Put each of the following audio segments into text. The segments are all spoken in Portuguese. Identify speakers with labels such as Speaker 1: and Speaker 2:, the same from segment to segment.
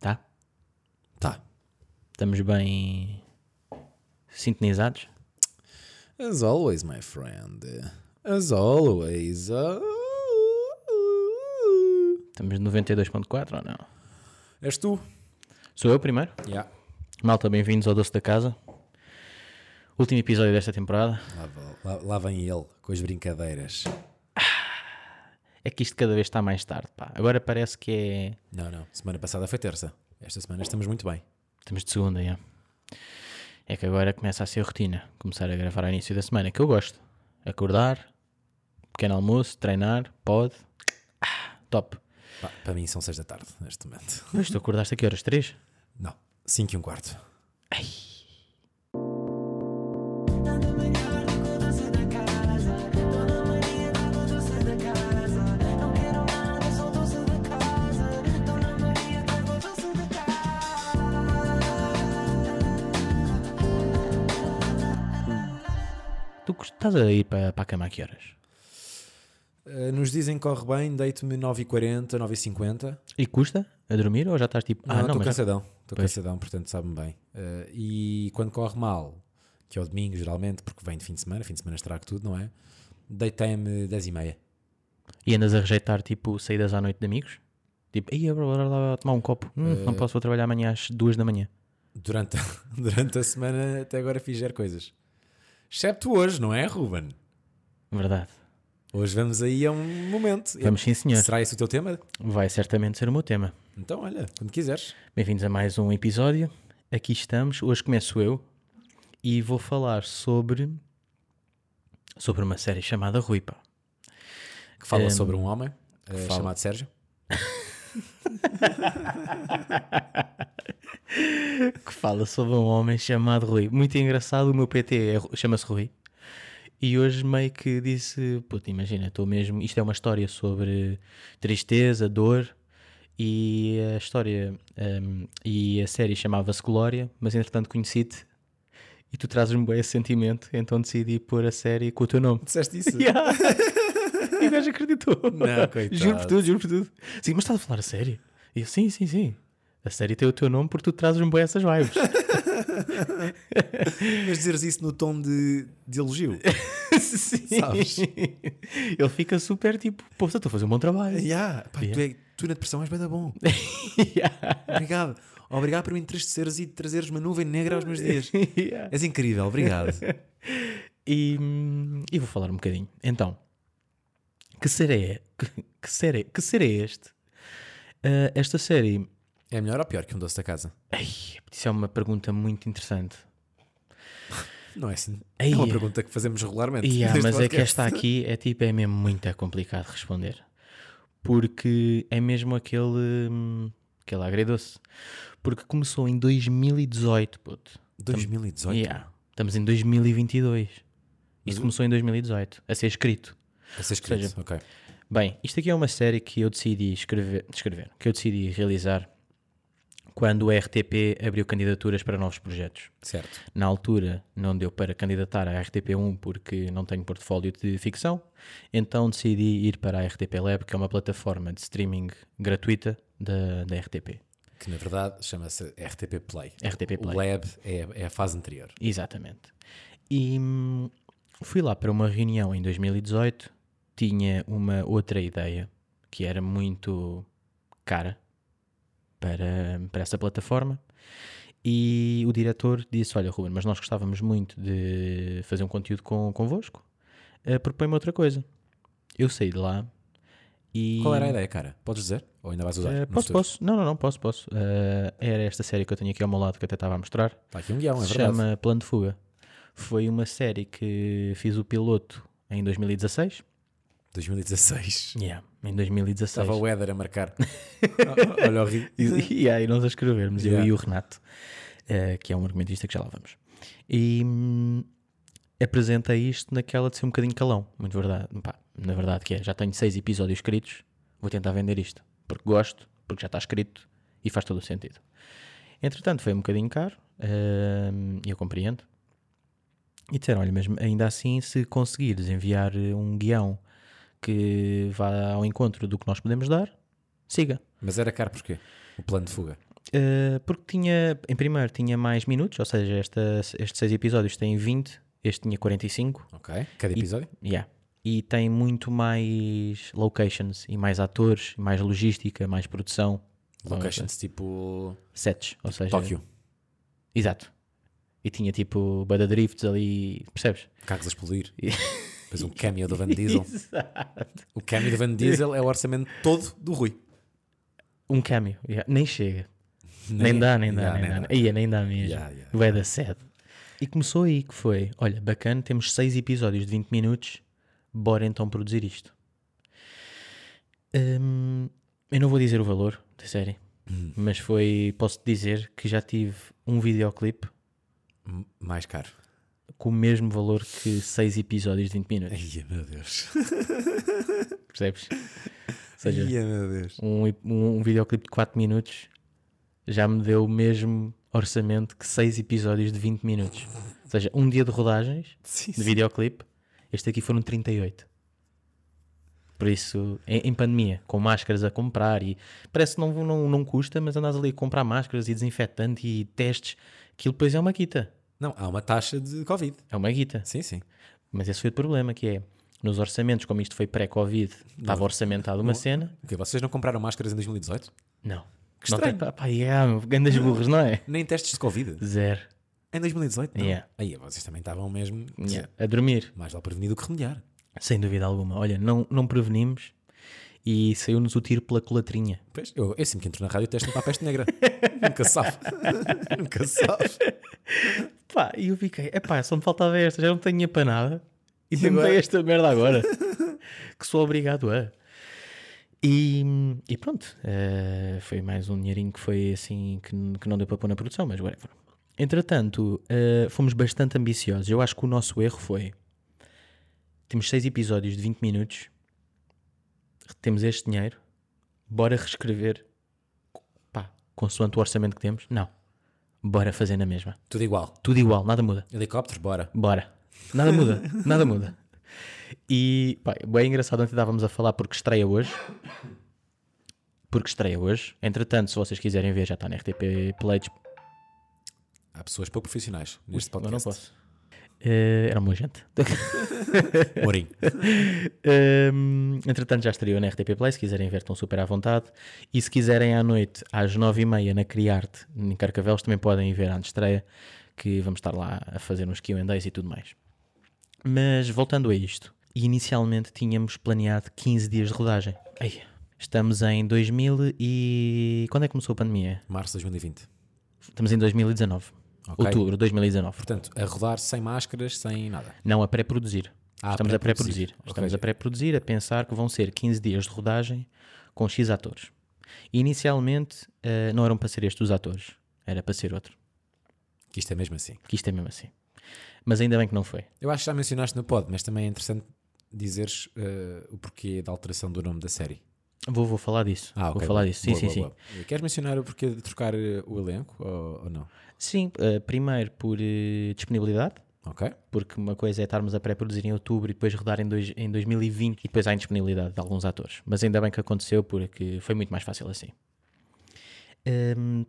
Speaker 1: Tá?
Speaker 2: Tá.
Speaker 1: Estamos bem sintonizados.
Speaker 2: As always, my friend. As always. ah, ah, ah.
Speaker 1: Estamos 92.4 ou não?
Speaker 2: És tu?
Speaker 1: Sou eu primeiro.
Speaker 2: Yeah.
Speaker 1: Malta, bem-vindos ao Doce da Casa. Último episódio desta temporada.
Speaker 2: Lá, va- lá- lá vem ele com as brincadeiras.
Speaker 1: É que isto cada vez está mais tarde, pá. Agora parece que é...
Speaker 2: Não, não. Semana passada foi terça. Esta semana estamos muito bem.
Speaker 1: Estamos de segunda, já. É que agora começa a ser rotina. Começar a gravar ao início da semana, que eu gosto. Acordar, pequeno almoço, treinar, pod. Ah, top.
Speaker 2: Pá, para mim são seis da tarde neste momento.
Speaker 1: Mas tu acordaste a que horas? Três?
Speaker 2: Não. Cinco e um quarto.
Speaker 1: Tu cust- estás a ir para, para a cama a que horas?
Speaker 2: Eh, Nos dizem que corre bem, deito-me 9h40, 9h50.
Speaker 1: E custa a dormir ou já estás tipo...
Speaker 2: Não, estou
Speaker 1: mas já-
Speaker 2: cansadão. Estou
Speaker 1: Pois.
Speaker 2: cansadão, portanto sabe-me bem. Eh, e quando corre mal, que é o domingo geralmente, porque vem de fim de semana, fim de semana estrago tudo, não é? Deitei-me 10h30.
Speaker 1: E andas a rejeitar, tipo, saídas à noite de amigos? Tipo, ia bora lá tomar um copo. Hum, Não posso, vou trabalhar amanhã às duas da manhã.
Speaker 2: Durante, durante a semana até agora fiz zero coisas. Excepto hoje, não é, Ruben?
Speaker 1: Verdade.
Speaker 2: Hoje vamos aí a um momento.
Speaker 1: Vamos sim, senhor.
Speaker 2: Será esse o teu tema?
Speaker 1: Vai certamente ser o meu tema.
Speaker 2: Então, olha, quando quiseres.
Speaker 1: Bem-vindos a mais um episódio. Aqui estamos. Hoje começo eu e vou falar sobre. sobre uma série chamada Ruipa.
Speaker 2: Que fala
Speaker 1: Em,
Speaker 2: sobre um homem eh,
Speaker 1: fala.
Speaker 2: chamado Sérgio.
Speaker 1: Que fala sobre um homem chamado Rui. Muito engraçado, o meu PT é Ru- chama-se Rui. E hoje meio que disse: Puta, imagina, estou mesmo. Isto é uma história sobre tristeza, dor. E a história. hum, e a série chamava-se Glória, mas entretanto conheci-te. E tu trazes-me bem esse sentimento, então decidi pôr a série com o teu nome.
Speaker 2: Disseste isso?
Speaker 1: Yeah. e o gajo acreditou.
Speaker 2: Não, coitado.
Speaker 1: Juro por tudo, juro por tudo. Sim, mas estás a falar a sério? E eu, sim, sim, sim. A série tem o teu nome porque tu trazes-me bem essas vibes.
Speaker 2: Mas dizeres isso no tom de, de elogio.
Speaker 1: sim.
Speaker 2: Sabes?
Speaker 1: Ele fica super tipo, pô, estou a fazer um bom trabalho.
Speaker 2: yeah, pá, Tu, é- tu na depressão és bem da bom.
Speaker 1: Yeah.
Speaker 2: Obrigado. Obrigado por me entristeceres e trazeres uma nuvem negra aos meus dias.
Speaker 1: Yeah.
Speaker 2: És incrível, obrigado.
Speaker 1: E, hum, e vou falar um bocadinho. Então, que série é? Que, que série, que série é este? Ah, esta série
Speaker 2: É melhor ou pior que um doce da casa?
Speaker 1: Ai, isso é uma pergunta muito interessante.
Speaker 2: Não é assim.
Speaker 1: Ei.
Speaker 2: É uma pergunta que fazemos regularmente.
Speaker 1: Yeah,
Speaker 2: neste
Speaker 1: mas é que
Speaker 2: podcast.
Speaker 1: esta aqui é tipo, é mesmo muito complicado de responder. Porque é mesmo aquele. hum, aquele agredou-se. Porque começou em 2018, puto.
Speaker 2: 2018.
Speaker 1: Yeah. Estamos em 2022. Isto começou em 2018, a ser escrito.
Speaker 2: A ser escrito. ok.
Speaker 1: Bem, isto aqui é uma série que eu decidi escrever, escrever, que eu decidi realizar quando o RTP abriu candidaturas para novos projetos.
Speaker 2: Certo.
Speaker 1: Na altura não deu para candidatar à RTP1 porque não tenho portfólio de ficção, então decidi ir para a RTP Lab, que é uma plataforma de streaming gratuita da, da RTP.
Speaker 2: Que na verdade chama-se RTP Play.
Speaker 1: RTP
Speaker 2: O
Speaker 1: Play.
Speaker 2: Lab é, é a fase anterior.
Speaker 1: Exatamente. E hum, fui lá para uma reunião em 2018, tinha uma outra ideia que era muito cara para, para essa plataforma. E o diretor disse: Olha, Ruben, mas nós gostávamos muito de fazer um conteúdo com, convosco, Eh, propõe-me outra coisa. Eu saí de lá e.
Speaker 2: Qual era a ideia, cara? Podes dizer? Ou ainda vais usar?
Speaker 1: Eh,
Speaker 2: no
Speaker 1: posso,
Speaker 2: futuro?
Speaker 1: posso? Não, não, não, posso, posso. Eh, era esta série que eu tenho aqui ao meu lado que eu até estava a mostrar
Speaker 2: Está aqui um guião, é
Speaker 1: se
Speaker 2: verdade.
Speaker 1: chama Plano de Fuga. Foi uma série que fiz o piloto em 2016.
Speaker 2: 2016.
Speaker 1: Yeah, em 2016.
Speaker 2: Estava o Éder a marcar. O- Olha o ri.
Speaker 1: E, e aí nós a escrevermos, eu
Speaker 2: Yeah.
Speaker 1: e o Renato, eh, que é um argumentista que já lá vamos. E hum, apresentei isto naquela de ser um bocadinho calão, muito verdade. Pá, na verdade que é, já tenho seis episódios escritos, vou tentar vender isto, porque gosto, porque já está escrito e faz todo o sentido. Entretanto, foi um bocadinho caro, hum, eu compreendo. E disseram, olha, mas ainda assim, se conseguires enviar eh, um guião que vá ao encontro do que nós podemos dar, siga.
Speaker 2: Mas era caro porquê? O plano de fuga.
Speaker 1: Eh, porque tinha, em primeiro, tinha mais minutos, ou seja, esta- estes seis episódios têm 20, este tinha 45.
Speaker 2: Ok. Cada episódio?
Speaker 1: Yeah. E tem muito mais locations e mais atores, e mais logística, mais produção.
Speaker 2: Locations tipo.
Speaker 1: Sets, ou seja,
Speaker 2: Tóquio.
Speaker 1: Exato. E tinha tipo Bada Drifts ali, percebes?
Speaker 2: Carros a explodir. Depois um cameo do Van Diesel.
Speaker 1: Exato.
Speaker 2: O cameo do Van Diesel é o orçamento todo do Rui.
Speaker 1: Um cameo, yeah. nem chega. Nem, dá, nem dá, nem, dá. Ia, nem dá mesmo.
Speaker 2: Yeah, yeah,
Speaker 1: Bué da sede. E começou aí que foi, olha, bacana, temos seis episódios de 20 minutos, bora então produzir isto. Hum, eu não vou dizer o valor da série, mas foi, posso dizer que já tive um videoclipe
Speaker 2: M- Mais caro.
Speaker 1: com o mesmo valor que seis episódios de 20 minutos,
Speaker 2: Ai, meu Deus.
Speaker 1: percebes? Ou seja,
Speaker 2: Ai, meu Deus.
Speaker 1: um, um videoclipe de 4 minutos já me deu o mesmo orçamento que 6 episódios de 20 minutos. Ou seja, um dia de rodagens
Speaker 2: Sim,
Speaker 1: de
Speaker 2: sim.
Speaker 1: videoclipe, este aqui foram 38. Por isso, em, em pandemia, com máscaras a comprar e parece que não, não, não custa, mas andas ali a comprar máscaras e desinfetante e testes, aquilo depois é uma guita.
Speaker 2: Não, há uma taxa de Covid.
Speaker 1: É uma guita.
Speaker 2: Sim, sim.
Speaker 1: Mas esse foi o problema, que é, nos orçamentos, como isto foi pré-Covid, estava orçamentada uma cena.
Speaker 2: Porque vocês não compraram máscaras em 2018?
Speaker 1: Não.
Speaker 2: Que
Speaker 1: não tem, pá,
Speaker 2: estranho.
Speaker 1: pá, yeah, meu, grandes burros, não é?
Speaker 2: Nem testes de Covid.
Speaker 1: Zero.
Speaker 2: Em 2018? Não.
Speaker 1: Yeah.
Speaker 2: Aí vocês também estavam mesmo. quer dizer,
Speaker 1: Yeah. A dormir.
Speaker 2: Mais vale prevenir do que remediar.
Speaker 1: Sem dúvida alguma. Olha, não, não prevenimos e saiu-nos o tiro pela colatrinha.
Speaker 2: Pois, eu, eu sempre que entro na rádio testo para a peste negra. Nunca se sabe. Nunca se sabe.
Speaker 1: Pá, e eu fiquei, epá, só me faltava esta, já não tinha para nada. E
Speaker 2: agora?
Speaker 1: tentei esta merda agora. que sou obrigado a. E, e pronto, eh, foi mais um dinheirinho que foi assim, que, n- que não deu para pôr na produção, mas whatever. Entretanto, eh, fomos bastante ambiciosos. Eu acho que o nosso erro foi, temos seis episódios de 20 minutos, temos este dinheiro, bora reescrever, pá, consoante o orçamento que temos. Não, bora fazer na mesma
Speaker 2: Tudo igual.
Speaker 1: tudo igual, nada muda.
Speaker 2: Helicóptero, bora.
Speaker 1: Bora. Nada muda, nada muda. E pá, bem engraçado, ontem estávamos a falar porque estreia hoje. Porque estreia hoje. Entretanto, se vocês quiserem ver, já está na RTP Play. disp-
Speaker 2: Há pessoas para profissionais neste
Speaker 1: Eu não
Speaker 2: podcast.
Speaker 1: posso. Eh, era uma gente.
Speaker 2: Mourinho.
Speaker 1: Hum, entretanto, já estreou na RTP Play. Se quiserem ver, estão super à vontade. E se quiserem à noite, às nove e meia, na Criarte, em Carcavelos, também podem ir ver antes de estreia, que vamos estar lá a fazer uns Q&As e tudo mais. Mas voltando a isto, inicialmente tínhamos planeado 15 dias de rodagem. Ei, estamos em 2000 e... Quando é que começou a pandemia?
Speaker 2: Março de 2020.
Speaker 1: Estamos em 2019.
Speaker 2: Ok.
Speaker 1: Outubro de 2019.
Speaker 2: Portanto, a rodar sem máscaras, sem nada.
Speaker 1: Não a pré-produzir.
Speaker 2: Ah,
Speaker 1: Estamos a pré-produzir.
Speaker 2: pré-produzir.
Speaker 1: Estamos
Speaker 2: Ok.
Speaker 1: a pré-produzir, a pensar que vão ser 15 dias de rodagem com X atores. Inicialmente eh, não eram para ser estes os atores, era para ser outro.
Speaker 2: Que isto é mesmo assim.
Speaker 1: Que isto é mesmo assim. Mas ainda bem que não foi.
Speaker 2: Eu acho que já mencionaste no pod, mas também é interessante dizeres eh, o porquê da alteração do nome da série.
Speaker 1: Vou, vou falar disso.
Speaker 2: Ah, ok.
Speaker 1: Vou falar disso. Sim,
Speaker 2: Boa,
Speaker 1: sim,
Speaker 2: boa,
Speaker 1: sim.
Speaker 2: boa. Queres mencionar o porquê de trocar eh, o elenco ou, ou não?
Speaker 1: Sim, eh, primeiro por eh, disponibilidade,
Speaker 2: Ok.
Speaker 1: porque uma coisa é estarmos a pré-produzir em outubro e depois rodar em, dois, em 2020 e depois há indisponibilidade de alguns atores. Mas ainda bem que aconteceu porque foi muito mais fácil assim. Hum,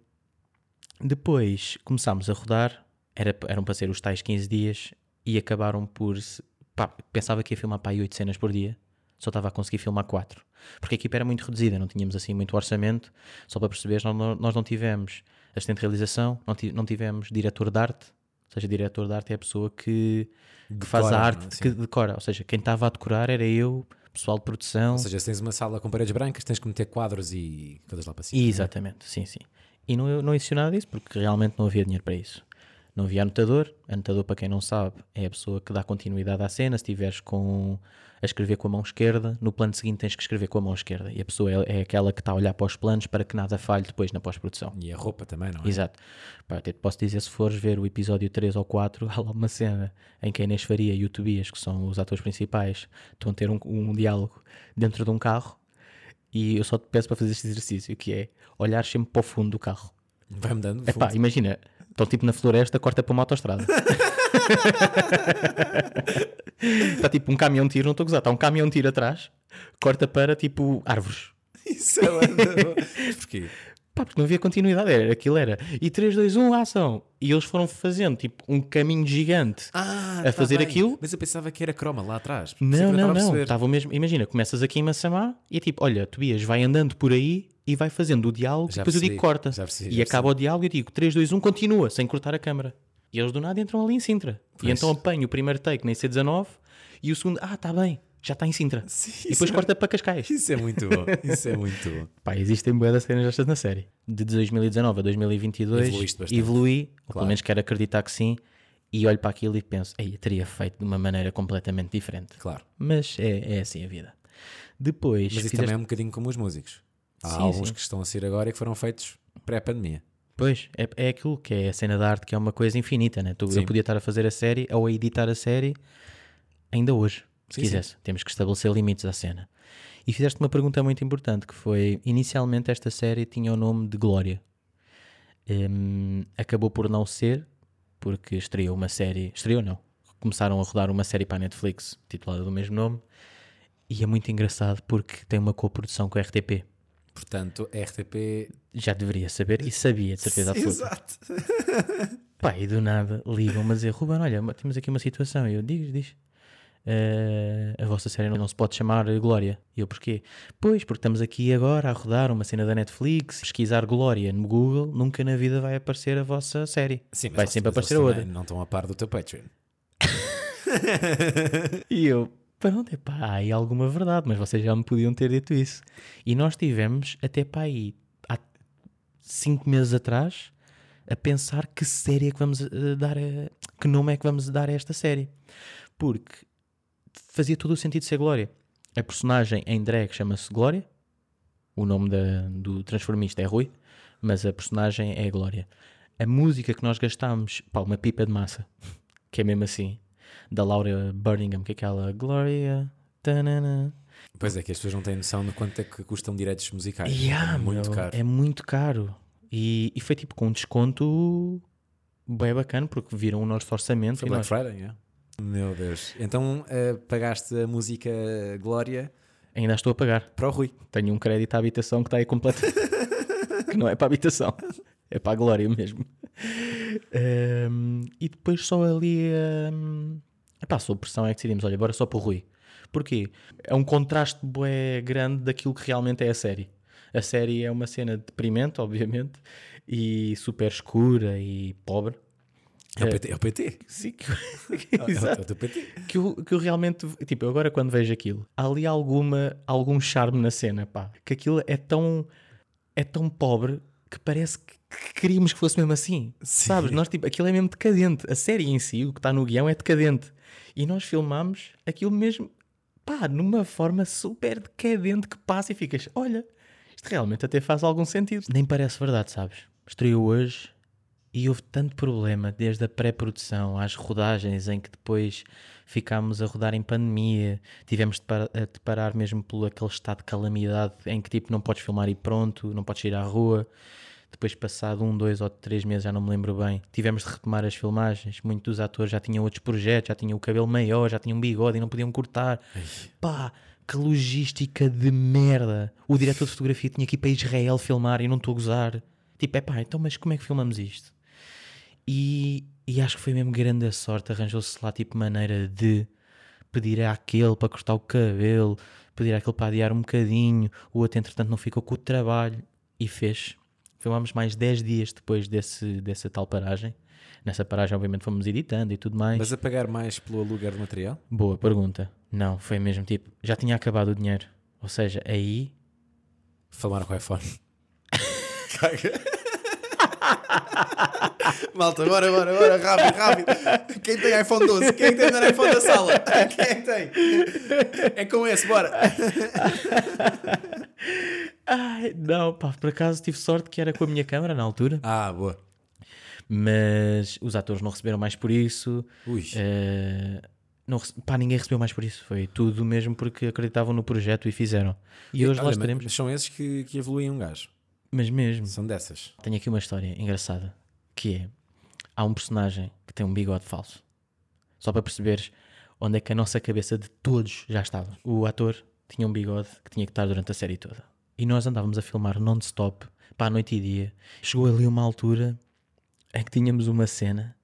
Speaker 1: depois começámos a rodar, era, eram para ser os tais 15 dias e acabaram por. se- pá, pensava que ia filmar para aí 8 cenas por dia, só estava a conseguir filmar 4. Porque a equipa era muito reduzida, não tínhamos assim muito orçamento. Só para perceberes, nós, não- nós não tivemos assistente de realização, não, ti- não tivemos diretor de arte. Ou seja, diretor de arte é a pessoa que, que faz
Speaker 2: Decora,
Speaker 1: a
Speaker 2: não é?
Speaker 1: arte,
Speaker 2: Sim.
Speaker 1: que decora. Ou seja, quem estava a decorar era eu, pessoal de produção.
Speaker 2: Ou seja, se tens uma sala com paredes brancas, tens que meter quadros e coisas lá para cima.
Speaker 1: Exatamente, sim, sim. E não, não existiu nada disso porque realmente não havia dinheiro para isso. Não havia anotador. Anotador, para quem não sabe, é a pessoa que dá continuidade à cena. Se estiveres com, a escrever com a mão esquerda, no plano seguinte tens que escrever com a mão esquerda. E a pessoa é, é aquela que está a olhar para os planos para que nada falhe depois na pós-produção.
Speaker 2: E a roupa também, não é?
Speaker 1: Exato. Pá, até te posso dizer, se fores ver o episódio 3 ou 4, há lá uma cena em que a Inês Faria e o Tobias, que são os atores principais, estão a ter um, um diálogo dentro de um carro e eu só te peço para fazer este exercício, que é olhar sempre para o fundo do carro.
Speaker 2: Vai mudando.
Speaker 1: Epá, imagina, estão tipo na floresta, corta para uma autostrada. Está tipo um caminhão de tiro, não estou a gozar, está um caminhão de tiro atrás, corta para tipo árvores.
Speaker 2: Isso é lá- Porquê?
Speaker 1: Pá, porque não havia continuidade, era, aquilo era. E 3, 2, 1, ação. E eles foram fazendo tipo um caminho gigante.
Speaker 2: Ah,
Speaker 1: A
Speaker 2: tá
Speaker 1: fazer
Speaker 2: bem.
Speaker 1: aquilo?
Speaker 2: Mas eu pensava que era croma lá atrás. Por isso é
Speaker 1: Não,
Speaker 2: que
Speaker 1: não,
Speaker 2: estava
Speaker 1: não.
Speaker 2: a
Speaker 1: Tá.
Speaker 2: perceber.
Speaker 1: Estavam mesmo. Imagina, começas aqui em Massamá e é tipo, olha, Tobias vai andando por aí e vai fazendo o diálogo,
Speaker 2: Já
Speaker 1: depois eu
Speaker 2: percebi,
Speaker 1: digo corta.
Speaker 2: já percebi,
Speaker 1: e
Speaker 2: já
Speaker 1: acaba o diálogo e eu digo 3, 2, 1, continua, sem cortar a câmara. E eles do nada entram ali em Sintra.
Speaker 2: Pois.
Speaker 1: E então apanho o primeiro take na IC19 e o segundo, ah, está bem, já está em Sintra.
Speaker 2: Sim,
Speaker 1: e depois
Speaker 2: isso é-
Speaker 1: corta para Cascais.
Speaker 2: Isso é muito bom. Isso é muito bom.
Speaker 1: Pá, existem bué de cenas destas na série. De 2019 a 2022
Speaker 2: Evoluíste bastante.
Speaker 1: evoluí, ou
Speaker 2: Claro.
Speaker 1: pelo menos quero acreditar que sim, e olho para aquilo e penso, ei, eu teria feito de uma maneira completamente diferente.
Speaker 2: Claro.
Speaker 1: Mas é, é assim a vida. Depois,
Speaker 2: Mas isso
Speaker 1: fizeste-
Speaker 2: também é um bocadinho como os músicos. Há
Speaker 1: Sim,
Speaker 2: alguns
Speaker 1: sim.
Speaker 2: que estão a ser agora e que foram feitos pré-pandemia.
Speaker 1: pois, é, é aquilo que é a cena da arte, que é uma coisa infinita, né? Tu,
Speaker 2: Sim.
Speaker 1: eu podia estar a fazer a série ou a editar a série ainda hoje, se
Speaker 2: Sim,
Speaker 1: quisesse. Temos que estabelecer limites à cena. E fizeste uma pergunta muito importante, que foi, inicialmente esta série tinha o nome de Glória. Hum, acabou por não ser, porque estreou uma série. Estreou não. Começaram a rodar uma série para a Netflix titulada do mesmo nome. E é muito engraçado porque tem uma coprodução com a RTP.
Speaker 2: Portanto, RTP.
Speaker 1: Já deveria saber e sabia de certeza absoluta.
Speaker 2: Exato.
Speaker 1: Pá, e do nada ligam-me a dizer: Ruben, olha, ma- temos aqui uma situação. E eu diz, diz. "Eh, a vossa série não, não se pode chamar Glória. E eu, porquê? Pois, porque estamos aqui agora a rodar uma cena da Netflix, pesquisar Glória no Google, nunca na vida vai aparecer a vossa série.
Speaker 2: Sim, mas
Speaker 1: vai
Speaker 2: eles-
Speaker 1: sempre
Speaker 2: mas eles
Speaker 1: aparecer
Speaker 2: também
Speaker 1: outra.
Speaker 2: Não estão a par do teu Patreon.
Speaker 1: E eu, pronto, epá, há aí alguma verdade, mas vocês já me podiam ter dito isso. E nós tivemos até para aí, há cinco meses atrás, a pensar que série é que vamos eh, dar, a, que nome é que vamos dar a esta série. Porque fazia todo o sentido ser Glória. A personagem em drag chama-se Glória, o nome da- do transformista é Rui, mas a personagem é Glória. A música que nós gastámos, pá, uma pipa de massa, que é mesmo assim, da Laura Birmingham, que é aquela Glória. tanana.
Speaker 2: Pois é, que as pessoas não têm noção de quanto é que custam direitos musicais.
Speaker 1: Yeah,
Speaker 2: é muito
Speaker 1: meu,
Speaker 2: caro.
Speaker 1: É muito caro. E, e foi tipo com um desconto bem bacana, porque viram o nosso orçamento.
Speaker 2: Foi
Speaker 1: e nós,
Speaker 2: Black Friday, é? Meu Deus. Então eh, pagaste a música Glória
Speaker 1: ainda estou a pagar.
Speaker 2: para o Rui.
Speaker 1: Tenho um crédito à habitação que está aí completo. que não é para a habitação. É para a glória mesmo. Ehm, e depois só ali. Um, epá, sob pressão é que decidimos: olha, bora só para o Rui. Porquê? É um contraste bué grande daquilo que realmente é a série. A série é uma cena deprimente, obviamente, e super escura e pobre. Ah,
Speaker 2: É o PT. É o PT.
Speaker 1: Sim, que...
Speaker 2: É o
Speaker 1: Exato
Speaker 2: teu PT.
Speaker 1: que eu, que eu realmente, tipo, eu agora quando vejo aquilo, há ali alguma, algum charme na cena, pá, que aquilo é tão, é tão pobre que parece que, que queríamos que fosse mesmo assim, sabes? Nós, tipo, aquilo é mesmo decadente, a série em si, o que está no guião é decadente, e nós filmámos aquilo mesmo, pá, numa forma super decadente que passa e ficas, olha, isto realmente até faz algum sentido. Nem parece verdade, sabes? Estreou hoje e houve tanto problema, desde a pré-produção às rodagens, em que depois ficámos a rodar em pandemia, tivemos de, par- a de parar mesmo por aquele estado de calamidade em que tipo não podes filmar e pronto, não podes ir à rua. Depois, passado um, dois ou três meses, já não me lembro bem, tivemos de retomar as filmagens. Muitos dos atores já tinham outros projetos, já tinham o cabelo maior, já tinham um bigode e não podiam cortar. Pá, que logística de merda! O diretor de fotografia tinha que ir para Israel filmar e não estou a gozar. Tipo, é pá, então, mas como é que filmamos isto? E, e acho que foi mesmo grande a sorte. Arranjou-se lá, tipo, maneira de pedir àquele para cortar o cabelo, pedir àquele para adiar um bocadinho. O outro, entretanto, não ficou com o trabalho e fez. Filmámos mais 10 dias depois desse, dessa tal paragem. Nessa paragem, obviamente, fomos editando e tudo mais.
Speaker 2: Mas a pagar mais pelo aluguer do material?
Speaker 1: Boa pergunta. Não, foi mesmo tipo, já tinha acabado o dinheiro. Ou seja, aí.
Speaker 2: Falaram com o iPhone. Caga. Malta, bora, bora, bora, rápido, rápido. Quem tem iPhone 12? Quem tem melhor iPhone da sala? Quem tem? É com esse, bora.
Speaker 1: Ai, não, pá, por acaso tive sorte que era com a minha câmera na altura.
Speaker 2: Ah, boa.
Speaker 1: Mas os atores não receberam mais por isso.
Speaker 2: Ui.
Speaker 1: Eh, não, rece- pá, ninguém recebeu mais por isso. Foi tudo mesmo porque acreditavam no projeto e fizeram. E hoje
Speaker 2: Olha,
Speaker 1: lá
Speaker 2: mas-
Speaker 1: estaremos.
Speaker 2: mas São esses que, que evoluem um gajo.
Speaker 1: Mas mesmo.
Speaker 2: São dessas.
Speaker 1: Tenho aqui uma história engraçada que é há um personagem que tem um bigode falso. Só para perceberes onde é que a nossa cabeça de todos já estava. O ator tinha um bigode que tinha que estar durante a série toda. E nós andávamos a filmar non-stop pá, noite e dia. Chegou ali uma altura em que tínhamos uma cena,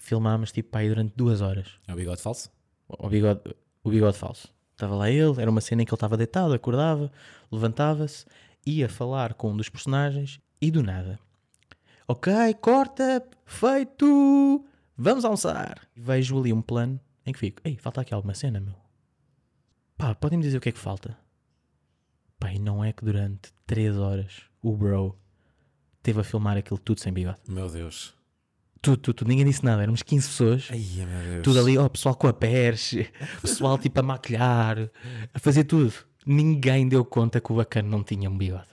Speaker 1: filmámos tipo pá, aí durante duas horas.
Speaker 2: É o bigode falso?
Speaker 1: o bigode, o bigode falso. Estava lá ele, era uma cena em que ele estava deitado, acordava, levantava-se, ia falar com um dos personagens e do nada. Ok, corta, feito, vamos almoçar. E vejo ali um plano em que fico, ei, falta aqui alguma cena, meu. Pá, podem-me dizer o que é que falta? Pá, e não é que durante 3 horas o bro teve a filmar aquilo tudo sem bigode.
Speaker 2: Meu Deus.
Speaker 1: Tudo, tudo, tudo. Ninguém disse nada, éramos 15 pessoas.
Speaker 2: Ai, é, meu Deus.
Speaker 1: Tudo ali, ó, pessoal com a perche, pessoal tipo a maquilhar, a fazer tudo. Ninguém deu conta que o bacana não tinha um bigode.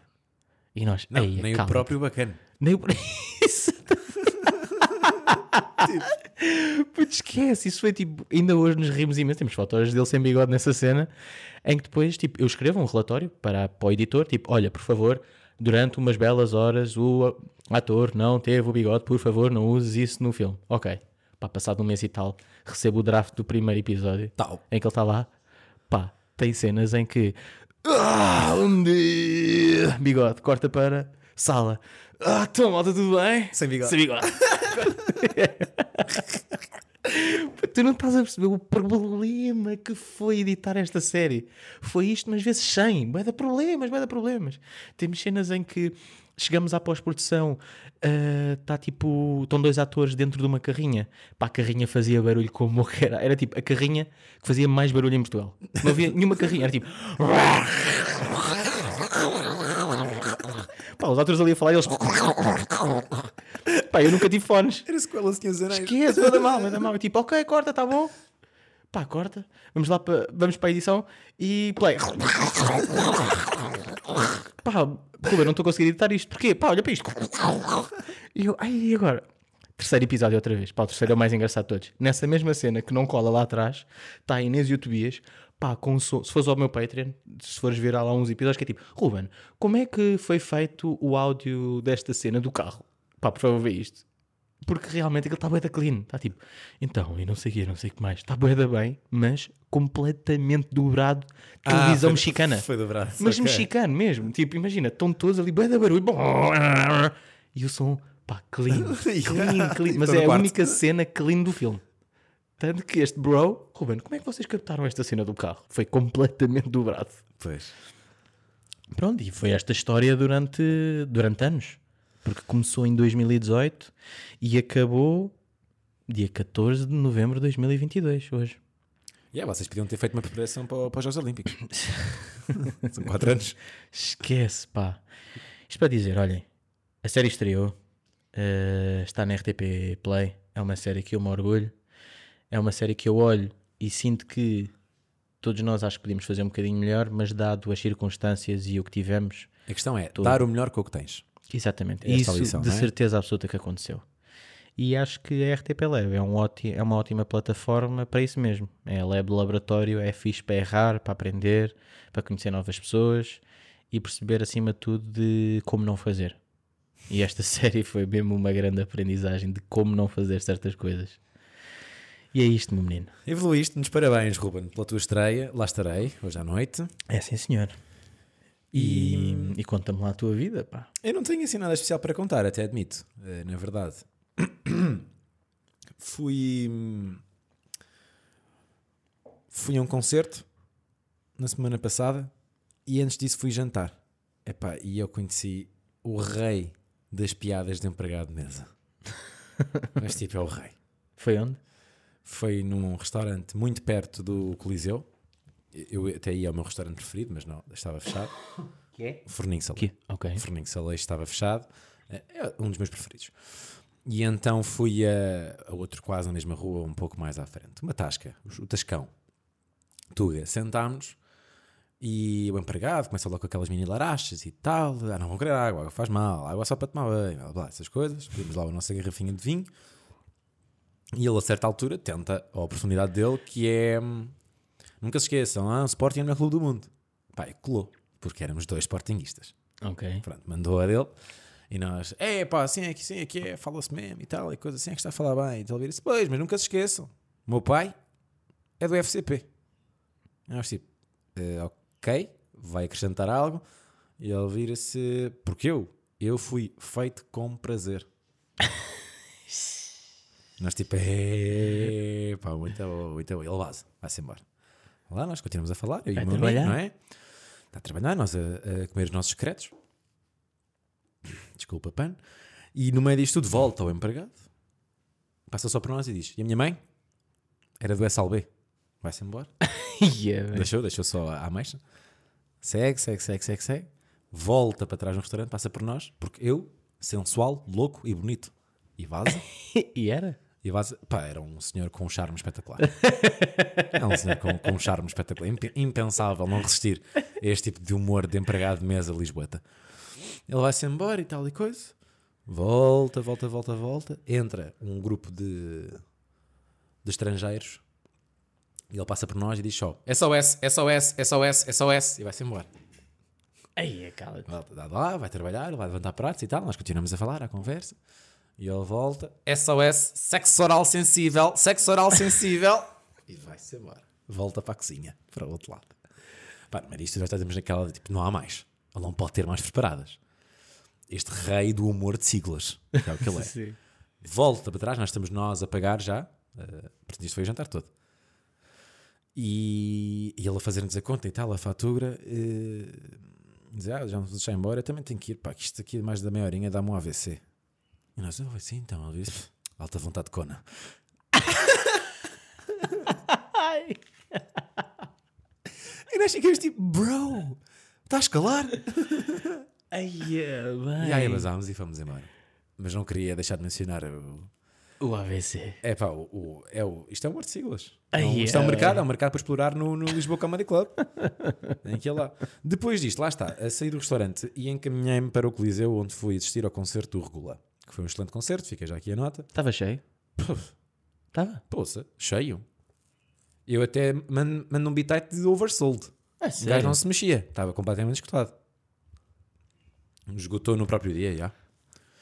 Speaker 1: E nós,
Speaker 2: Não,
Speaker 1: "Eia,
Speaker 2: nem
Speaker 1: é, calma."
Speaker 2: o próprio bacana.
Speaker 1: Nem o próprio. Isso. Puto, esquece, isso foi tipo. Ainda hoje nos rimos imenso. Temos fotos dele sem bigode nessa cena. Em que depois, tipo, eu escrevo um relatório para, para o editor: tipo, olha, por favor, durante umas belas horas o ator não teve o bigode, por favor, não uses isso no filme. Ok. Pá, passado um mês e tal, recebo o draft do primeiro episódio
Speaker 2: Tal.
Speaker 1: em que ele está lá, pá, tem cenas em que ah, um dia, bigode, corta para sala. Ah, então, malta, tudo bem?
Speaker 2: Sem bigode.
Speaker 1: Sem bigode. tu não estás a perceber o problema que foi editar esta série. Foi isto, mas vezes 100. Vai dar problemas, vai dar problemas. Temos cenas em que chegamos à pós-produção, ah, tá tipo, estão dois atores dentro de uma carrinha. Pá, a carrinha fazia barulho como o que era. Era tipo a carrinha que fazia mais barulho em Portugal. Não havia nenhuma carrinha, era tipo. Pá, os atores ali a falar e eles. Pá, eu nunca tive fones.
Speaker 2: Era sequela, Senhor dos Anéis.
Speaker 1: Esquece, manda mal, manda mal. Eu Tipo, ok, corta, tá bom. Pá, corta. Vamos lá para vamos para a edição e play. Pá, Ruben, não estou a conseguir editar isto. Porquê? Pá, olha para isto. E eu, ai, e agora? Terceiro episódio outra vez. Pá, o terceiro é o mais engraçado de todos. Nessa mesma cena que não cola lá atrás, está a Inês e o Tobias. Pá, com som. Se fores ao meu Patreon, se fores ver há lá uns episódios, que é tipo, Ruben, como é que foi feito o áudio desta cena do carro? Pá, por favor, vê isto porque realmente aquilo está bué da clean. Está tipo, então, e não sei o quê, não sei o que mais. Está bué da bem, mas completamente dobrado televisão
Speaker 2: Ah, foi-
Speaker 1: mexicana.
Speaker 2: Foi dobrado.
Speaker 1: mas
Speaker 2: ok.
Speaker 1: mexicano mesmo. Tipo, imagina, estão todos ali bué da barulho. E o som, pá, clean, clean, clean. Mas
Speaker 2: Estou no
Speaker 1: é a
Speaker 2: quarto.
Speaker 1: única cena clean do filme. Tanto que este bro, Ruben, como é que vocês captaram esta cena do carro? Foi completamente dobrado.
Speaker 2: Pois.
Speaker 1: Pronto, e foi esta história durante, durante anos. Porque começou em 2018 e acabou dia 14 de novembro de 2022, hoje.
Speaker 2: Yeah, vocês podiam ter feito uma preparação para, o- para os Jogos Olímpicos. São 4 anos.
Speaker 1: Esquece, pá. Isto para dizer, olhem, a série estreou, eh, está na RTP Play, é uma série que eu me orgulho, é uma série que eu olho e sinto que todos nós acho que podíamos fazer um bocadinho melhor, mas dado as circunstâncias e o que tivemos,
Speaker 2: A questão é dar o melhor com o que tens.
Speaker 1: Exatamente.
Speaker 2: Esta
Speaker 1: Isso
Speaker 2: lição,
Speaker 1: de
Speaker 2: não é?
Speaker 1: certeza absoluta que aconteceu. E acho que a RTP Lab é, um óti- é uma ótima plataforma para isso mesmo. É lab de laboratório, é fixe para errar, para aprender, para conhecer novas pessoas e perceber acima de tudo de como não fazer. E esta série foi mesmo uma grande aprendizagem de como não fazer certas coisas. E é isto, meu menino.
Speaker 2: Evoluíste-nos, parabéns, Ruben, pela tua estreia. Lá estarei hoje à noite.
Speaker 1: É sim, senhor. E, e conta-me lá a tua vida, pá.
Speaker 2: Eu não tenho assim nada especial para contar, até admito, eh, na verdade. fui. hum, Fui a um concerto na semana passada e antes disso fui jantar. Epá, e eu conheci o rei das piadas de empregado de mesa. Mas tipo, é o rei.
Speaker 1: Foi onde?
Speaker 2: Foi num restaurante muito perto do Coliseu. Eu até ia ao meu restaurante preferido, mas não, estava fechado.
Speaker 1: Que é?
Speaker 2: Forninho Salão.
Speaker 1: Aqui. Ok.
Speaker 2: Fernando Salês estava fechado, eh, é um dos meus preferidos. E então fui a, a outro, quase na mesma rua, um pouco mais à frente, uma tasca, o o Tascão. Tuga, sentámos e o empregado começou logo com aquelas mini larachas e tal. Ah, não vão querer água, água faz mal, água é só para tomar banho, blá, blá, essas coisas. Pedimos lá a nossa garrafinha de vinho e ele, a certa altura, tenta a oportunidade dele, que é. hum, Nunca se esqueçam, ah, o Sporting é o melhor clube do mundo. Pá, e colou, porque éramos dois Sportinguistas.
Speaker 1: Ok.
Speaker 2: Pronto, mandou a dele. E nós, é pá, assim é que, assim é que é, fala-se mesmo e tal, e coisa assim é que está a falar bem. E tal, e disse, pois, mas nunca se esqueçam, o meu pai é do FCP. E nós, tipo, "Eh, ok, vai acrescentar algo. E ele vira-se, porque eu Eu fui feito com prazer. nós tipo, "É, pá, muito bom, muito bom. Ele vaza, vai-se embora. Lá nós continuamos a falar, eu e
Speaker 1: Vai
Speaker 2: o meu amigo,
Speaker 1: trabalhar.
Speaker 2: não é? Está a trabalhar, nós a, a comer os nossos secretos. Desculpa, pano. E no meio disto tudo volta ao empregado. Passa só por nós e diz, e a minha mãe? Era do SLB. Vai-se embora.
Speaker 1: Ia, velho.
Speaker 2: Deixou, deixou só à à mecha. Segue, segue, segue, segue, segue. Volta para trás no restaurante, passa por nós, porque eu, sensual, louco e bonito. E vaza.
Speaker 1: e era?
Speaker 2: E vaza. Pá, era um senhor com um charme espetacular. É um senhor com, com um charme espetacular. Impe- Impensável não resistir a este tipo de humor de empregado de mesa lisboeta. Ele vai-se embora e tal e coisa. Volta, volta, volta, volta. Entra um grupo de, de estrangeiros. E ele passa por nós e diz só é SOS, SOS, SOS, SOS. E vai-se embora.
Speaker 1: Aí, cala-te.
Speaker 2: Volta, dá lá, vai trabalhar, vai levantar pratos e tal. Nós continuamos a falar, a conversa. E ele volta. SOS, sexo oral sensível, sexo oral sensível. e vai-se embora. Volta para a cozinha, para o outro lado. Pá, mas isto já estamos naquela de tipo, não há mais. Ele não pode ter mais preparadas. Este rei do humor de siglas, que é o que ele é.
Speaker 1: Sim.
Speaker 2: Volta para trás, nós estamos nós a pagar já, eh, porque isto foi o jantar todo. E, e ele a fazer-nos a conta e tal, a fatura, eh, dizer, ah, já nos deixar embora, eu também tenho que ir, pá, que isto aqui é mais da meia horinha dá-me um AVC. E nós, ah, sim, então, ele disse, "Pff, alta vontade de cona.
Speaker 1: Ai.
Speaker 2: E nós ficamos tipo, bro, está a escalar?
Speaker 1: Ai, bem.
Speaker 2: E aí abasámos e fomos embora. Mas não queria deixar de mencionar o...
Speaker 1: O AVC.
Speaker 2: É pá, o, o- é o, isto é um humor de siglas.
Speaker 1: Ai,
Speaker 2: É um- isto é um
Speaker 1: ai.
Speaker 2: mercado, é um mercado para explorar no, no Lisboa Comedy Club. Tem que ir lá. Depois disto, lá está, a sair do restaurante e encaminhei-me para o Coliseu, onde fui assistir ao concerto do Regula, que foi um excelente concerto, fica já aqui a nota.
Speaker 1: Estava cheio? Estava?
Speaker 2: Poça, cheio. Eu até man- mando um bitite de oversold.
Speaker 1: Ah,
Speaker 2: O gajo não se mexia, estava completamente escutado. Esgotou no próprio dia, já.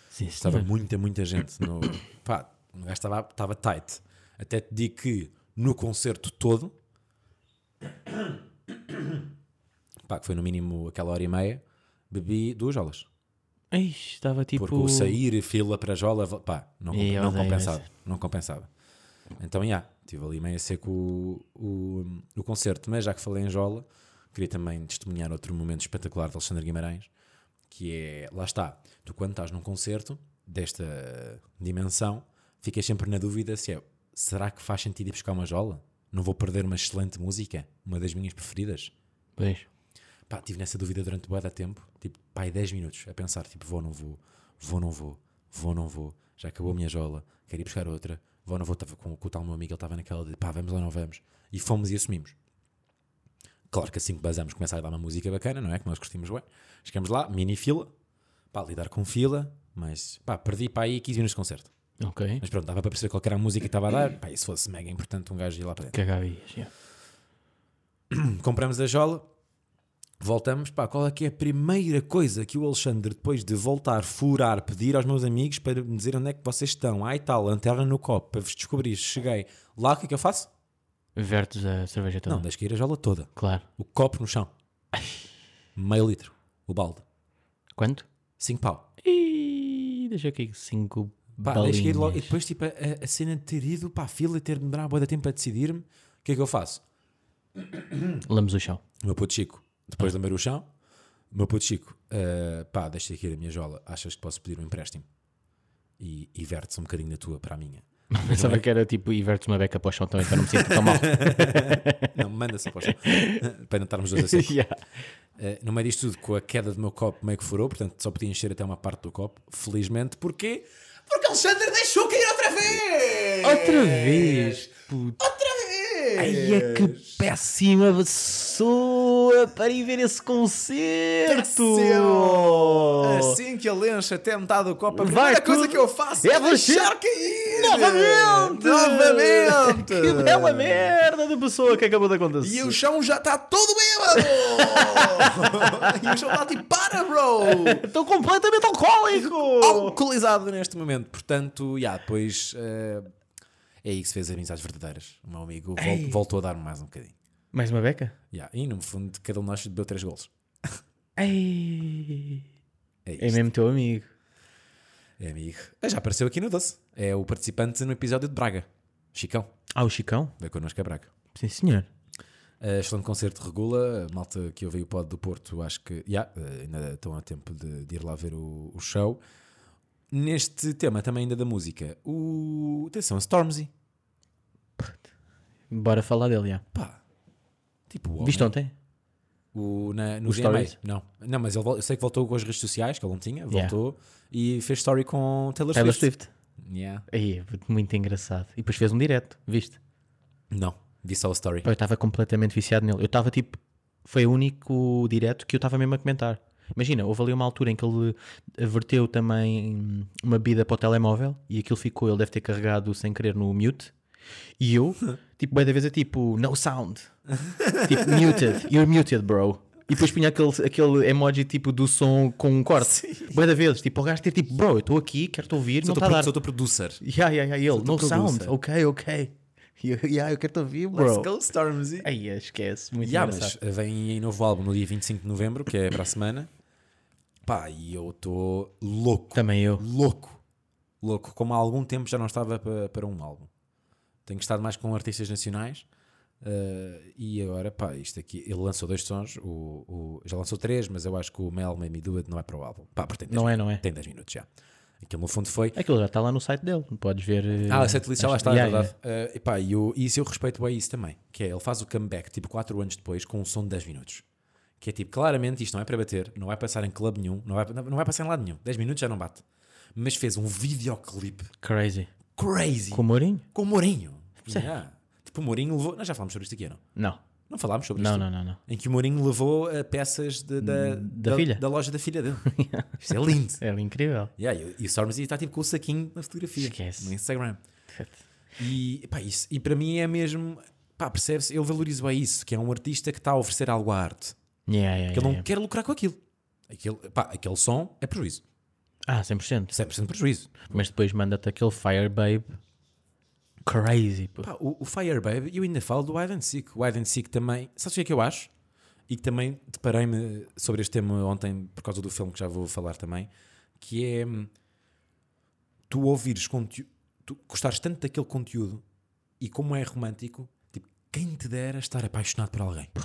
Speaker 1: Sim,
Speaker 2: Estava
Speaker 1: estava.
Speaker 2: muita, muita gente. No... Pá, o gajo estava, estava tight. Até te digo que no concerto todo, pá, que foi no mínimo aquela hora e meia, bebi duas jolas.
Speaker 1: Ai, estava tipo.
Speaker 2: Porque o sair, fila para a jola, vo- pá, não,
Speaker 1: Ih,
Speaker 2: não
Speaker 1: odeio
Speaker 2: compensava. Não compensava. Então, já, estive ali meio a seco o, o, o concerto. Mas já que falei em jola, queria também testemunhar outro momento espetacular de Alexandre Guimarães, que é, lá está, tu quando estás num concerto desta dimensão, ficas sempre na dúvida se é, será que faz sentido ir buscar uma jola? Não vou perder uma excelente música? Uma das minhas preferidas?
Speaker 1: Pois.
Speaker 2: Pá, tive nessa dúvida durante bué da tempo, tipo, pá, 10 minutos a pensar, tipo, vou, não vou, vou, não vou, vou, não vou, já acabou a minha jola, quero ir buscar outra, vou, não vou, estava com, com o tal meu amigo, ele estava naquela de, pá, vamos ou não vamos, e fomos e assumimos. Claro que assim que basamos começa a dar uma música bacana, não é, que nós curtimos bem, chegamos lá, mini fila, pá, lidar com fila, mas, pá, perdi, pá, aí 15 minutos de concerto,
Speaker 1: Ok.
Speaker 2: mas pronto, dava para perceber qual que era a música que estava a dar, pá, e se fosse mega importante um gajo ir lá para dentro
Speaker 1: Cagavias. yeah.
Speaker 2: compramos a jola, voltamos, pá, qual é que é a primeira coisa que o Alexandre, depois de voltar, furar, pedir aos meus amigos para me dizer onde é que vocês estão, ai tal, lanterna no copo, para vos descobrir, cheguei, lá o que é que eu faço?
Speaker 1: Vertes a cerveja toda.
Speaker 2: Não, deixo cair a jola toda,
Speaker 1: Claro.
Speaker 2: o copo no chão, meio litro, o balde,
Speaker 1: Quanto?
Speaker 2: 5 pau.
Speaker 1: E deixa aqui 5
Speaker 2: Pá, deixo cair
Speaker 1: balinhas.
Speaker 2: logo, e depois tipo a, a cena de ter ido para a fila e ter de demorar boa tempo a decidir-me, o que é que eu faço?
Speaker 1: Lamos o chão.
Speaker 2: O meu puto Chico, depois de lamber o chão, o meu puto Chico, ah, pá, deixa aqui a minha jola, achas que posso pedir um empréstimo? E, e verte-se um bocadinho da tua para a minha.
Speaker 1: Pensava que era tipo, e vertes uma beca para o chão também, para não me sentir tão mal.
Speaker 2: Não, manda só para o chão, para não estarmos dois a seco.
Speaker 1: Yeah.
Speaker 2: Ah, no meio disto tudo, com a queda do meu copo meio que furou, portanto só podia encher até uma parte do copo, felizmente, porquê? Porque Alexandre deixou cair outra vez!
Speaker 1: Outra vez, puto.
Speaker 2: Outra vez!
Speaker 1: Ai, é que péssima pessoa para ir ver esse concerto! É
Speaker 2: Péssimo. Assim que ele enche até metade do copo, a
Speaker 1: Vai
Speaker 2: primeira
Speaker 1: tudo.
Speaker 2: coisa que eu faço é,
Speaker 1: É você-
Speaker 2: deixar cair!
Speaker 1: Novamente!
Speaker 2: Novamente!
Speaker 1: Que bela merda de pessoa que acabou de acontecer!
Speaker 2: E o chão já está todo bêbado! e o chão está tipo, para, bro!
Speaker 1: Estou completamente alcoólico!
Speaker 2: Alcoolizado neste momento. Portanto, já, depois eh, é aí que se fez amizades verdadeiras. O meu amigo vol- voltou a dar-me mais um bocadinho.
Speaker 1: Mais uma beca?
Speaker 2: Ya, E no fundo, cada um de nós bebeu três gols.
Speaker 1: Ai.
Speaker 2: É
Speaker 1: É
Speaker 2: isto.
Speaker 1: mesmo teu amigo.
Speaker 2: É amigo. Ah, Já apareceu aqui no Doce. É o participante no episódio de Braga. Chicão.
Speaker 1: Ah, o Chicão?
Speaker 2: Veio connosco a Braga.
Speaker 1: Sim, senhor.
Speaker 2: Uh, excelente concerto de regula, a malta que ouve o pod do Porto, acho que yeah, uh, ainda estão a tempo de, de ir lá ver o, o show. Neste tema também ainda da música, o atenção, Stormzy,
Speaker 1: Bora falar dele, já.
Speaker 2: pá, tipo o, homem,
Speaker 1: Viste ontem?
Speaker 2: o na, no
Speaker 1: Os
Speaker 2: GMA,
Speaker 1: stories?
Speaker 2: não, não, mas ele, vol- eu sei que voltou com as redes sociais, que ele não tinha,
Speaker 1: Yeah.
Speaker 2: voltou e fez story com Taylor,
Speaker 1: Taylor
Speaker 2: Swift.
Speaker 1: Swift.
Speaker 2: Yeah.
Speaker 1: Aí, muito engraçado. E depois fez um direto, viste?
Speaker 2: Não, vi só o story.
Speaker 1: Pá, Eu estava completamente viciado nele. Eu estava tipo. Foi o único direto que eu estava mesmo a comentar. Imagina, houve ali uma altura em que ele verteu também uma bebida para o telemóvel e aquilo ficou, ele deve ter carregado sem querer no mute. E eu, tipo, bem da vez é tipo, no sound. tipo, muted. You're muted, bro. E depois punha aquele, aquele emoji tipo do som com um corte. Bem da vez, tipo, o gajo ter tipo, bro, eu estou aqui, quero-te ouvir,
Speaker 2: Sou
Speaker 1: não
Speaker 2: teu
Speaker 1: está a
Speaker 2: pro-
Speaker 1: dar.
Speaker 2: sou teu producer.
Speaker 1: Yeah, yeah, yeah, e ele, no
Speaker 2: producer.
Speaker 1: sound. Ok, ok. Eu- Yeah, eu quero-te ouvir, bro.
Speaker 2: Let's go, Stormzy.
Speaker 1: Aí, esquece, muito
Speaker 2: Yeah,
Speaker 1: engraçado.
Speaker 2: mas vem aí novo álbum no dia 25 de novembro, que é para a semana. Pá, e eu estou louco,
Speaker 1: Também eu.
Speaker 2: louco, louco. Como há algum tempo já não estava pa- para um álbum. Tenho estado mais com artistas nacionais. eh, e agora, pá, isto aqui. Ele lançou dois sons, o, o- já lançou três, mas eu acho que o Mel Made Me Do It não é para o álbum. Pá, porque tem 10
Speaker 1: Não é, não é?
Speaker 2: Tem 10 minutos já. Aquilo no fundo foi.
Speaker 1: Aquilo já está lá no site dele, podes ver. eh,
Speaker 2: Ah, a setlist já lá está, é
Speaker 1: Yeah,
Speaker 2: verdade. Eh, epá, e eu- e isso eu respeito bem isso também. Que é, ele faz o comeback tipo 4 anos depois com um som de 10 minutos. Que é tipo, claramente isto não é para bater, não vai passar em club nenhum, não vai, não vai passar em lado nenhum. 10 minutos já não bate. Mas fez um videoclipe
Speaker 1: yeah. Crazy.
Speaker 2: crazy
Speaker 1: Com
Speaker 2: com,
Speaker 1: o Mourinho?
Speaker 2: o Mourinho. Yeah. Tipo, o Mourinho levou. Nós já falámos sobre isto aqui, não?
Speaker 1: Não.
Speaker 2: Não falámos sobre
Speaker 1: Não,
Speaker 2: isto.
Speaker 1: não, não, não.
Speaker 2: Em que o Mourinho levou eh, peças de- da,
Speaker 1: Da filha.
Speaker 2: da loja da filha dele. isto é lindo.
Speaker 1: É incrível.
Speaker 2: Yeah, e o- e o Stormzy está tipo com o saquinho na fotografia.
Speaker 1: Esquece.
Speaker 2: No Instagram. E, pá, isso, e para mim é mesmo. Pá, percebe-se? Eu valorizo bem isso, que é um artista que está a oferecer algo à arte.
Speaker 1: Yeah, yeah,
Speaker 2: Que ele
Speaker 1: yeah,
Speaker 2: não
Speaker 1: yeah.
Speaker 2: quer lucrar com aquilo. Aquele, pá, aquele som é prejuízo.
Speaker 1: Ah, 100%.
Speaker 2: 100% prejuízo.
Speaker 1: Mas depois manda-te aquele Fire Babe. Crazy, pô.
Speaker 2: Pá, o, o Fire Baby, eu ainda falo do Hide and Seek. O Hide and Seek também. Sabes o que é que eu acho? E que também deparei-me sobre este tema ontem, por causa do filme que já vou falar também. Que é. hum, Tu ouvires conteúdo. Tu gostares tanto daquele conteúdo e como é romântico, tipo, quem te dera estar apaixonado por alguém.
Speaker 1: Mas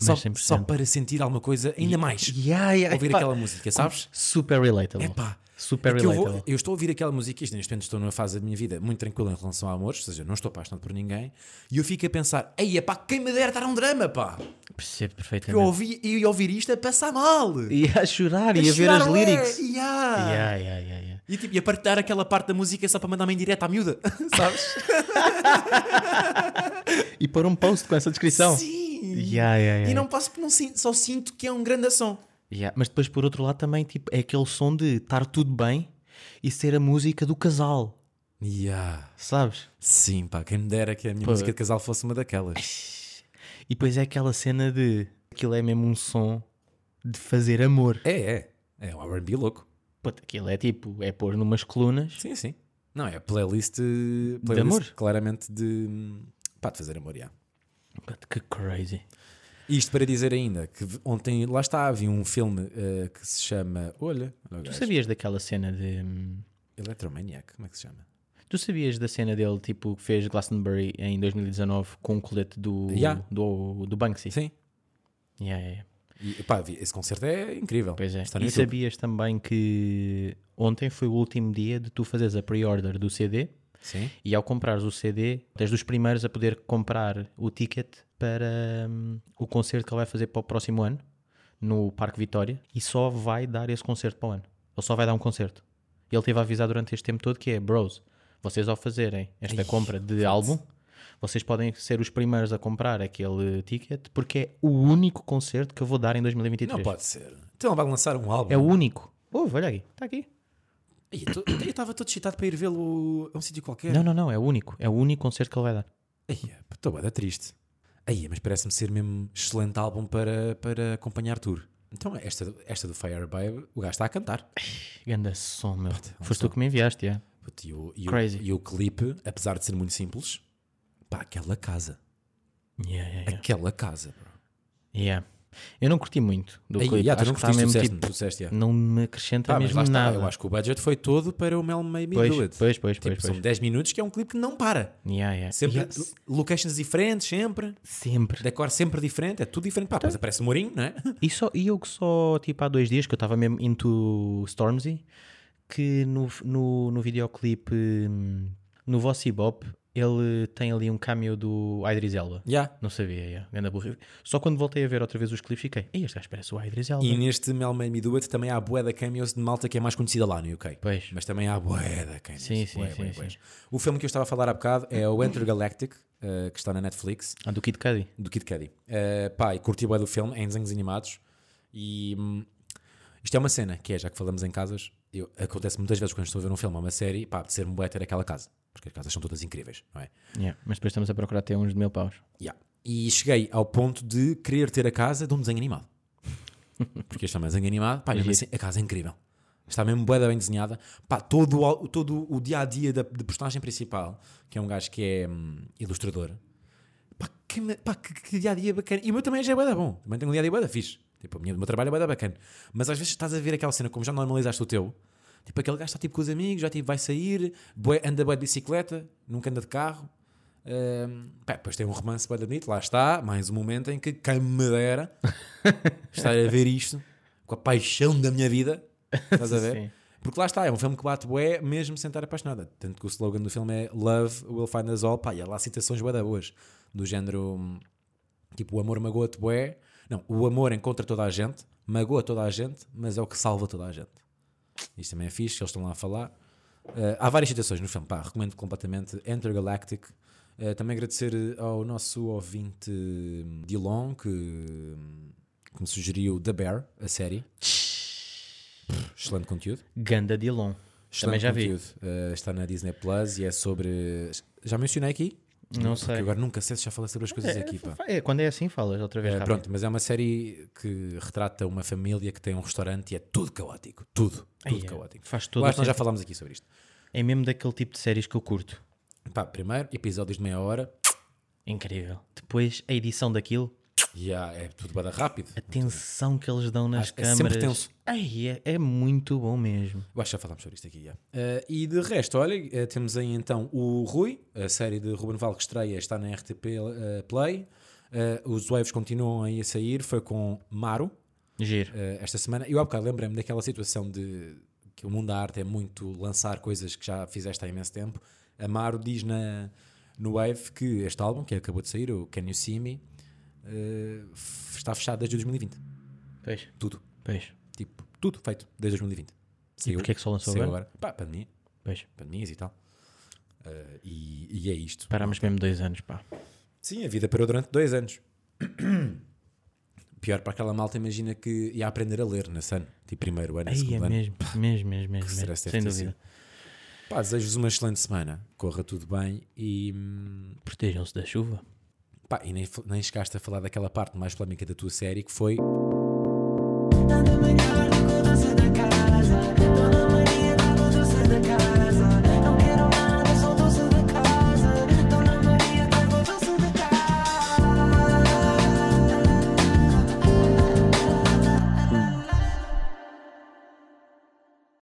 Speaker 2: só,
Speaker 1: 100%.
Speaker 2: só para sentir alguma coisa ainda mais.
Speaker 1: Yeah, yeah,
Speaker 2: ouvir
Speaker 1: pá,
Speaker 2: aquela música, sabes?
Speaker 1: Super relatable.
Speaker 2: Epá,
Speaker 1: Super
Speaker 2: é que eu,
Speaker 1: relatable.
Speaker 2: vou- eu estou a ouvir aquela música, isto neste momento estou numa fase da minha vida muito tranquila em relação a amores, ou seja, não estou apaixonado por ninguém, e eu fico a pensar, ei, pá, quem me dera estar um drama, pá!
Speaker 1: Percebo
Speaker 2: Eu
Speaker 1: perfeitamente.
Speaker 2: ouvi, e ouvir isto a passar mal!
Speaker 1: É. E a chorar é.
Speaker 2: A
Speaker 1: e a ver
Speaker 2: chorar,
Speaker 1: as
Speaker 2: ué,
Speaker 1: lyrics.
Speaker 2: yeah.
Speaker 1: Yeah, yeah, yeah, yeah.
Speaker 2: E, tipo, e a partilhar aquela parte da música só para mandar uma indireta à miúda, sabes?
Speaker 1: E pôr um post com essa descrição.
Speaker 2: Sim!
Speaker 1: Yeah, yeah, yeah.
Speaker 2: E não passo, não sinto, só sinto que é um grande som.
Speaker 1: Yeah, Mas depois, por outro lado, também tipo, é aquele som de estar tudo bem e ser a música do casal,
Speaker 2: Yeah.
Speaker 1: sabes?
Speaker 2: Sim, pá, quem me dera que a minha
Speaker 1: é.
Speaker 2: música de casal fosse uma daquelas.
Speaker 1: E depois é aquela cena de aquilo é mesmo um som de fazer amor.
Speaker 2: É, é. É um RB louco.
Speaker 1: Puta, aquilo é tipo, é pôr numas colunas.
Speaker 2: Sim, sim. Não, é playlist, eh, playlist
Speaker 1: amor.
Speaker 2: claramente de. hum, pá, de fazer amor, já.
Speaker 1: Puta, que crazy.
Speaker 2: Isto para dizer ainda que v- ontem, lá está, havia um filme eh, que se chama. Olha, olha o
Speaker 1: Tu
Speaker 2: gajo.
Speaker 1: sabias daquela cena de. hum,
Speaker 2: Electromaniac, como é que se chama?
Speaker 1: Tu sabias da cena dele, tipo, que fez Glastonbury em 2019 com o colete do,
Speaker 2: Yeah.
Speaker 1: do, do Banksy?
Speaker 2: Sim.
Speaker 1: Yeah, yeah, yeah.
Speaker 2: E, pá, vi- esse concerto é incrível.
Speaker 1: Pois é.
Speaker 2: Está no
Speaker 1: E
Speaker 2: YouTube.
Speaker 1: sabias também que ontem foi o último dia de tu fazeres a pre-order do CD
Speaker 2: Sim.
Speaker 1: E ao comprares o CD, tens dos primeiros a poder comprar o ticket para hum, o concerto que ele vai fazer para o próximo ano, no Parque Vitória, e só vai dar esse concerto para o ano. Ele só vai dar um concerto. Ele teve a avisar durante este tempo todo que é, bros, vocês ao fazerem esta compra de álbum, vocês podem ser os primeiros a comprar aquele ticket, porque é o único concerto que eu vou dar em 2023.
Speaker 2: Não pode ser. Então ele vai lançar um álbum.
Speaker 1: É o único. Ouve, olha aqui, está aqui.
Speaker 2: Ei, eu tô- eu estava todo excitado para ir vê-lo a um sítio qualquer.
Speaker 1: Não, não, não, é o único. É o único concerto que ele vai dar.
Speaker 2: Estou bué da triste. Aí, mas parece-me ser mesmo excelente álbum para, para acompanhar tour. Então, esta, esta do Fire Babe, o gajo está a cantar.
Speaker 1: Ganda som, meu.
Speaker 2: um
Speaker 1: Foste
Speaker 2: som.
Speaker 1: tu que me enviaste, é.
Speaker 2: Puto, E o, e, o,
Speaker 1: Crazy.
Speaker 2: e o clipe, apesar de ser muito simples, pá, aquela casa.
Speaker 1: Yeah, yeah, yeah.
Speaker 2: Aquela casa, bro.
Speaker 1: Yeah. Eu não curti muito do
Speaker 2: Aí,
Speaker 1: clipe.
Speaker 2: já, tu
Speaker 1: acho
Speaker 2: não
Speaker 1: que está
Speaker 2: curtiste,
Speaker 1: mesmo
Speaker 2: tu disseste,
Speaker 1: tipo,
Speaker 2: tu disseste, já.
Speaker 1: não me acrescenta
Speaker 2: Pá, mas
Speaker 1: mesmo
Speaker 2: lá está,
Speaker 1: nada.
Speaker 2: eu acho que o budget foi todo para o Mel May Me
Speaker 1: Pois,
Speaker 2: Do It.
Speaker 1: pois, pois,
Speaker 2: Tipo,
Speaker 1: pois, pois.
Speaker 2: São 10 minutos que é um clipe que não para.
Speaker 1: Yeah, yeah.
Speaker 2: Sempre,
Speaker 1: Yeah,
Speaker 2: lo- locations diferentes, sempre.
Speaker 1: sempre.
Speaker 2: Decor sempre diferente, é tudo diferente.
Speaker 1: Então.
Speaker 2: Pá, depois aparece o Mourinho, não é?
Speaker 1: E, só, e eu que só, tipo, há dois dias que eu estava mesmo into Stormzy, que no, no, no videoclipe, hum, no Vossy Bop, ele tem ali um cameo do Idris Elba.
Speaker 2: Já.
Speaker 1: Não sabia, yeah. Ganda burra. Só quando voltei a ver outra vez os clipes fiquei, "Ei, este gajo parece o Idris Elba.
Speaker 2: E neste Mel May Me Do It também há a boeda cameos de malta que é mais conhecida lá no UK.
Speaker 1: Pois.
Speaker 2: Mas também há a boeda cameos.
Speaker 1: Sim, sim,
Speaker 2: Bué,
Speaker 1: sim,
Speaker 2: bué,
Speaker 1: sim.
Speaker 2: bué. O filme que eu estava a falar há bocado é o Intergalactic, eh, que está na Netflix.
Speaker 1: Ah, do Kid Cudi.
Speaker 2: do Kid Cudi. Uh, pá, e curti bem do filme, em desenhos animados. E hum, isto é uma cena, que é, já que falamos em casas, eu- acontece muitas vezes quando estou a ver um filme ou uma série, pá, apetecer-me bué ter aquela casa, porque as casas são todas incríveis, não é?
Speaker 1: Yeah. Mas depois estamos a procurar ter uns de mil paus.
Speaker 2: Yeah. E cheguei ao ponto de querer ter a casa de um desenho animado. Porque este é um desenho animado, pá, mesmo assim, a casa é incrível. Está mesmo bué da bem desenhada. Pá, todo, o- todo o dia a dia da, da personagem principal, que é um gajo que é hum, ilustrador, pá, que, me- pá, que, dia a dia bacana. E o meu também já é bué da bom. Também tenho um dia a dia bué da fixe. Tipo, a minha- o meu trabalho é bué da bacana. Mas às vezes estás a ver aquela cena, como já normalizaste o teu, tipo, aquele gajo está tipo com os amigos, já tipo, vai sair, bué- anda bué de bicicleta, nunca anda de carro. Hum, pá, depois tem um romance bué da bonito, lá está, mais um momento em que quem me dera estar a ver isto com a paixão da minha vida. Estás a ver?
Speaker 1: Sim.
Speaker 2: Porque lá está, é um filme que bate bué mesmo sem estar apaixonada. Tanto que o slogan do filme é Love will find us all. Pá, e há lá citações bué da boas. Do género, hum, tipo, o amor magoa-te bué. Não, o amor encontra toda a gente, magoa toda a gente, mas é o que salva toda a gente. Isto também é fixe, que eles estão lá a falar. Eh, há várias citações no filme, pá, recomendo completamente Intergalactic. Eh, também agradecer eh, ao nosso ouvinte hum, Dilon, que, hum, que me sugeriu The Bear, a série. Pff, Excelente conteúdo.
Speaker 1: Ganda Dilon. Também
Speaker 2: Excelente
Speaker 1: já vi.
Speaker 2: conteúdo. Eh, está na Disney Plus e é sobre. Já mencionei aqui?
Speaker 1: Não
Speaker 2: Porque
Speaker 1: sei.
Speaker 2: Agora nunca sei se já falei sobre as coisas aqui. Pá.
Speaker 1: É, quando é assim falas outra vez
Speaker 2: Eh,
Speaker 1: rápido.
Speaker 2: pronto, mas é uma série que retrata uma família que tem um restaurante e é tudo caótico. Tudo.
Speaker 1: Ai,
Speaker 2: Tudo
Speaker 1: é.
Speaker 2: caótico.
Speaker 1: Faz
Speaker 2: Eu
Speaker 1: todo o
Speaker 2: acho que nós já
Speaker 1: sentido.
Speaker 2: falámos aqui sobre isto.
Speaker 1: É mesmo daquele tipo de séries que eu curto.
Speaker 2: Pá, primeiro, episódios de meia hora.
Speaker 1: Incrível. Depois a edição daquilo,
Speaker 2: Já é tudo bada rápido.
Speaker 1: a tensão que eles dão nas
Speaker 2: É sempre
Speaker 1: câmaras.
Speaker 2: tenso.
Speaker 1: Ai, é, é muito bom mesmo.
Speaker 2: Eu acho que já falámos sobre isto aqui. já. Eh, e de resto, olha, eh, temos aí então o Rui, a série de Ruben Val que estreia está na RTP eh, Play. Eh, os waves continuam aí a sair. Foi com Maru,
Speaker 1: Giro.
Speaker 2: eh, esta semana. Eu há bocado lembrei-me daquela situação de que o mundo da arte é muito lançar coisas que já fizeste há imenso tempo. Amaro diz na, no Wave que este álbum, que acabou de sair, o Can You See Me, eh, f- está fechado desde 2020.
Speaker 1: Pois,
Speaker 2: Tudo.
Speaker 1: pois,
Speaker 2: Tipo, tudo feito desde 2020. Saiu,
Speaker 1: porquê é que só lançou
Speaker 2: saiu
Speaker 1: agora?
Speaker 2: Pá, pandemia.
Speaker 1: pois.
Speaker 2: Pandemias e tal. Eh, e, e é isto.
Speaker 1: Parámos mesmo dois anos, pá.
Speaker 2: Sim, a vida parou durante dois anos. Pior para aquela malta, imagina que ia aprender a ler na Sun. Tipo, primeiro ano,
Speaker 1: Ai, é
Speaker 2: segundo ano.
Speaker 1: mesmo, mesmo, mesmo, mesmo. mesmo.
Speaker 2: stress deve
Speaker 1: Sem
Speaker 2: ter
Speaker 1: dúvida.
Speaker 2: Pá, desejo-vos uma excelente semana, corra tudo bem e, hum,
Speaker 1: Protejam-se da chuva.
Speaker 2: pá, e nem, nem chegaste a falar daquela parte mais polémica da tua série que foi
Speaker 3: Dando-me calor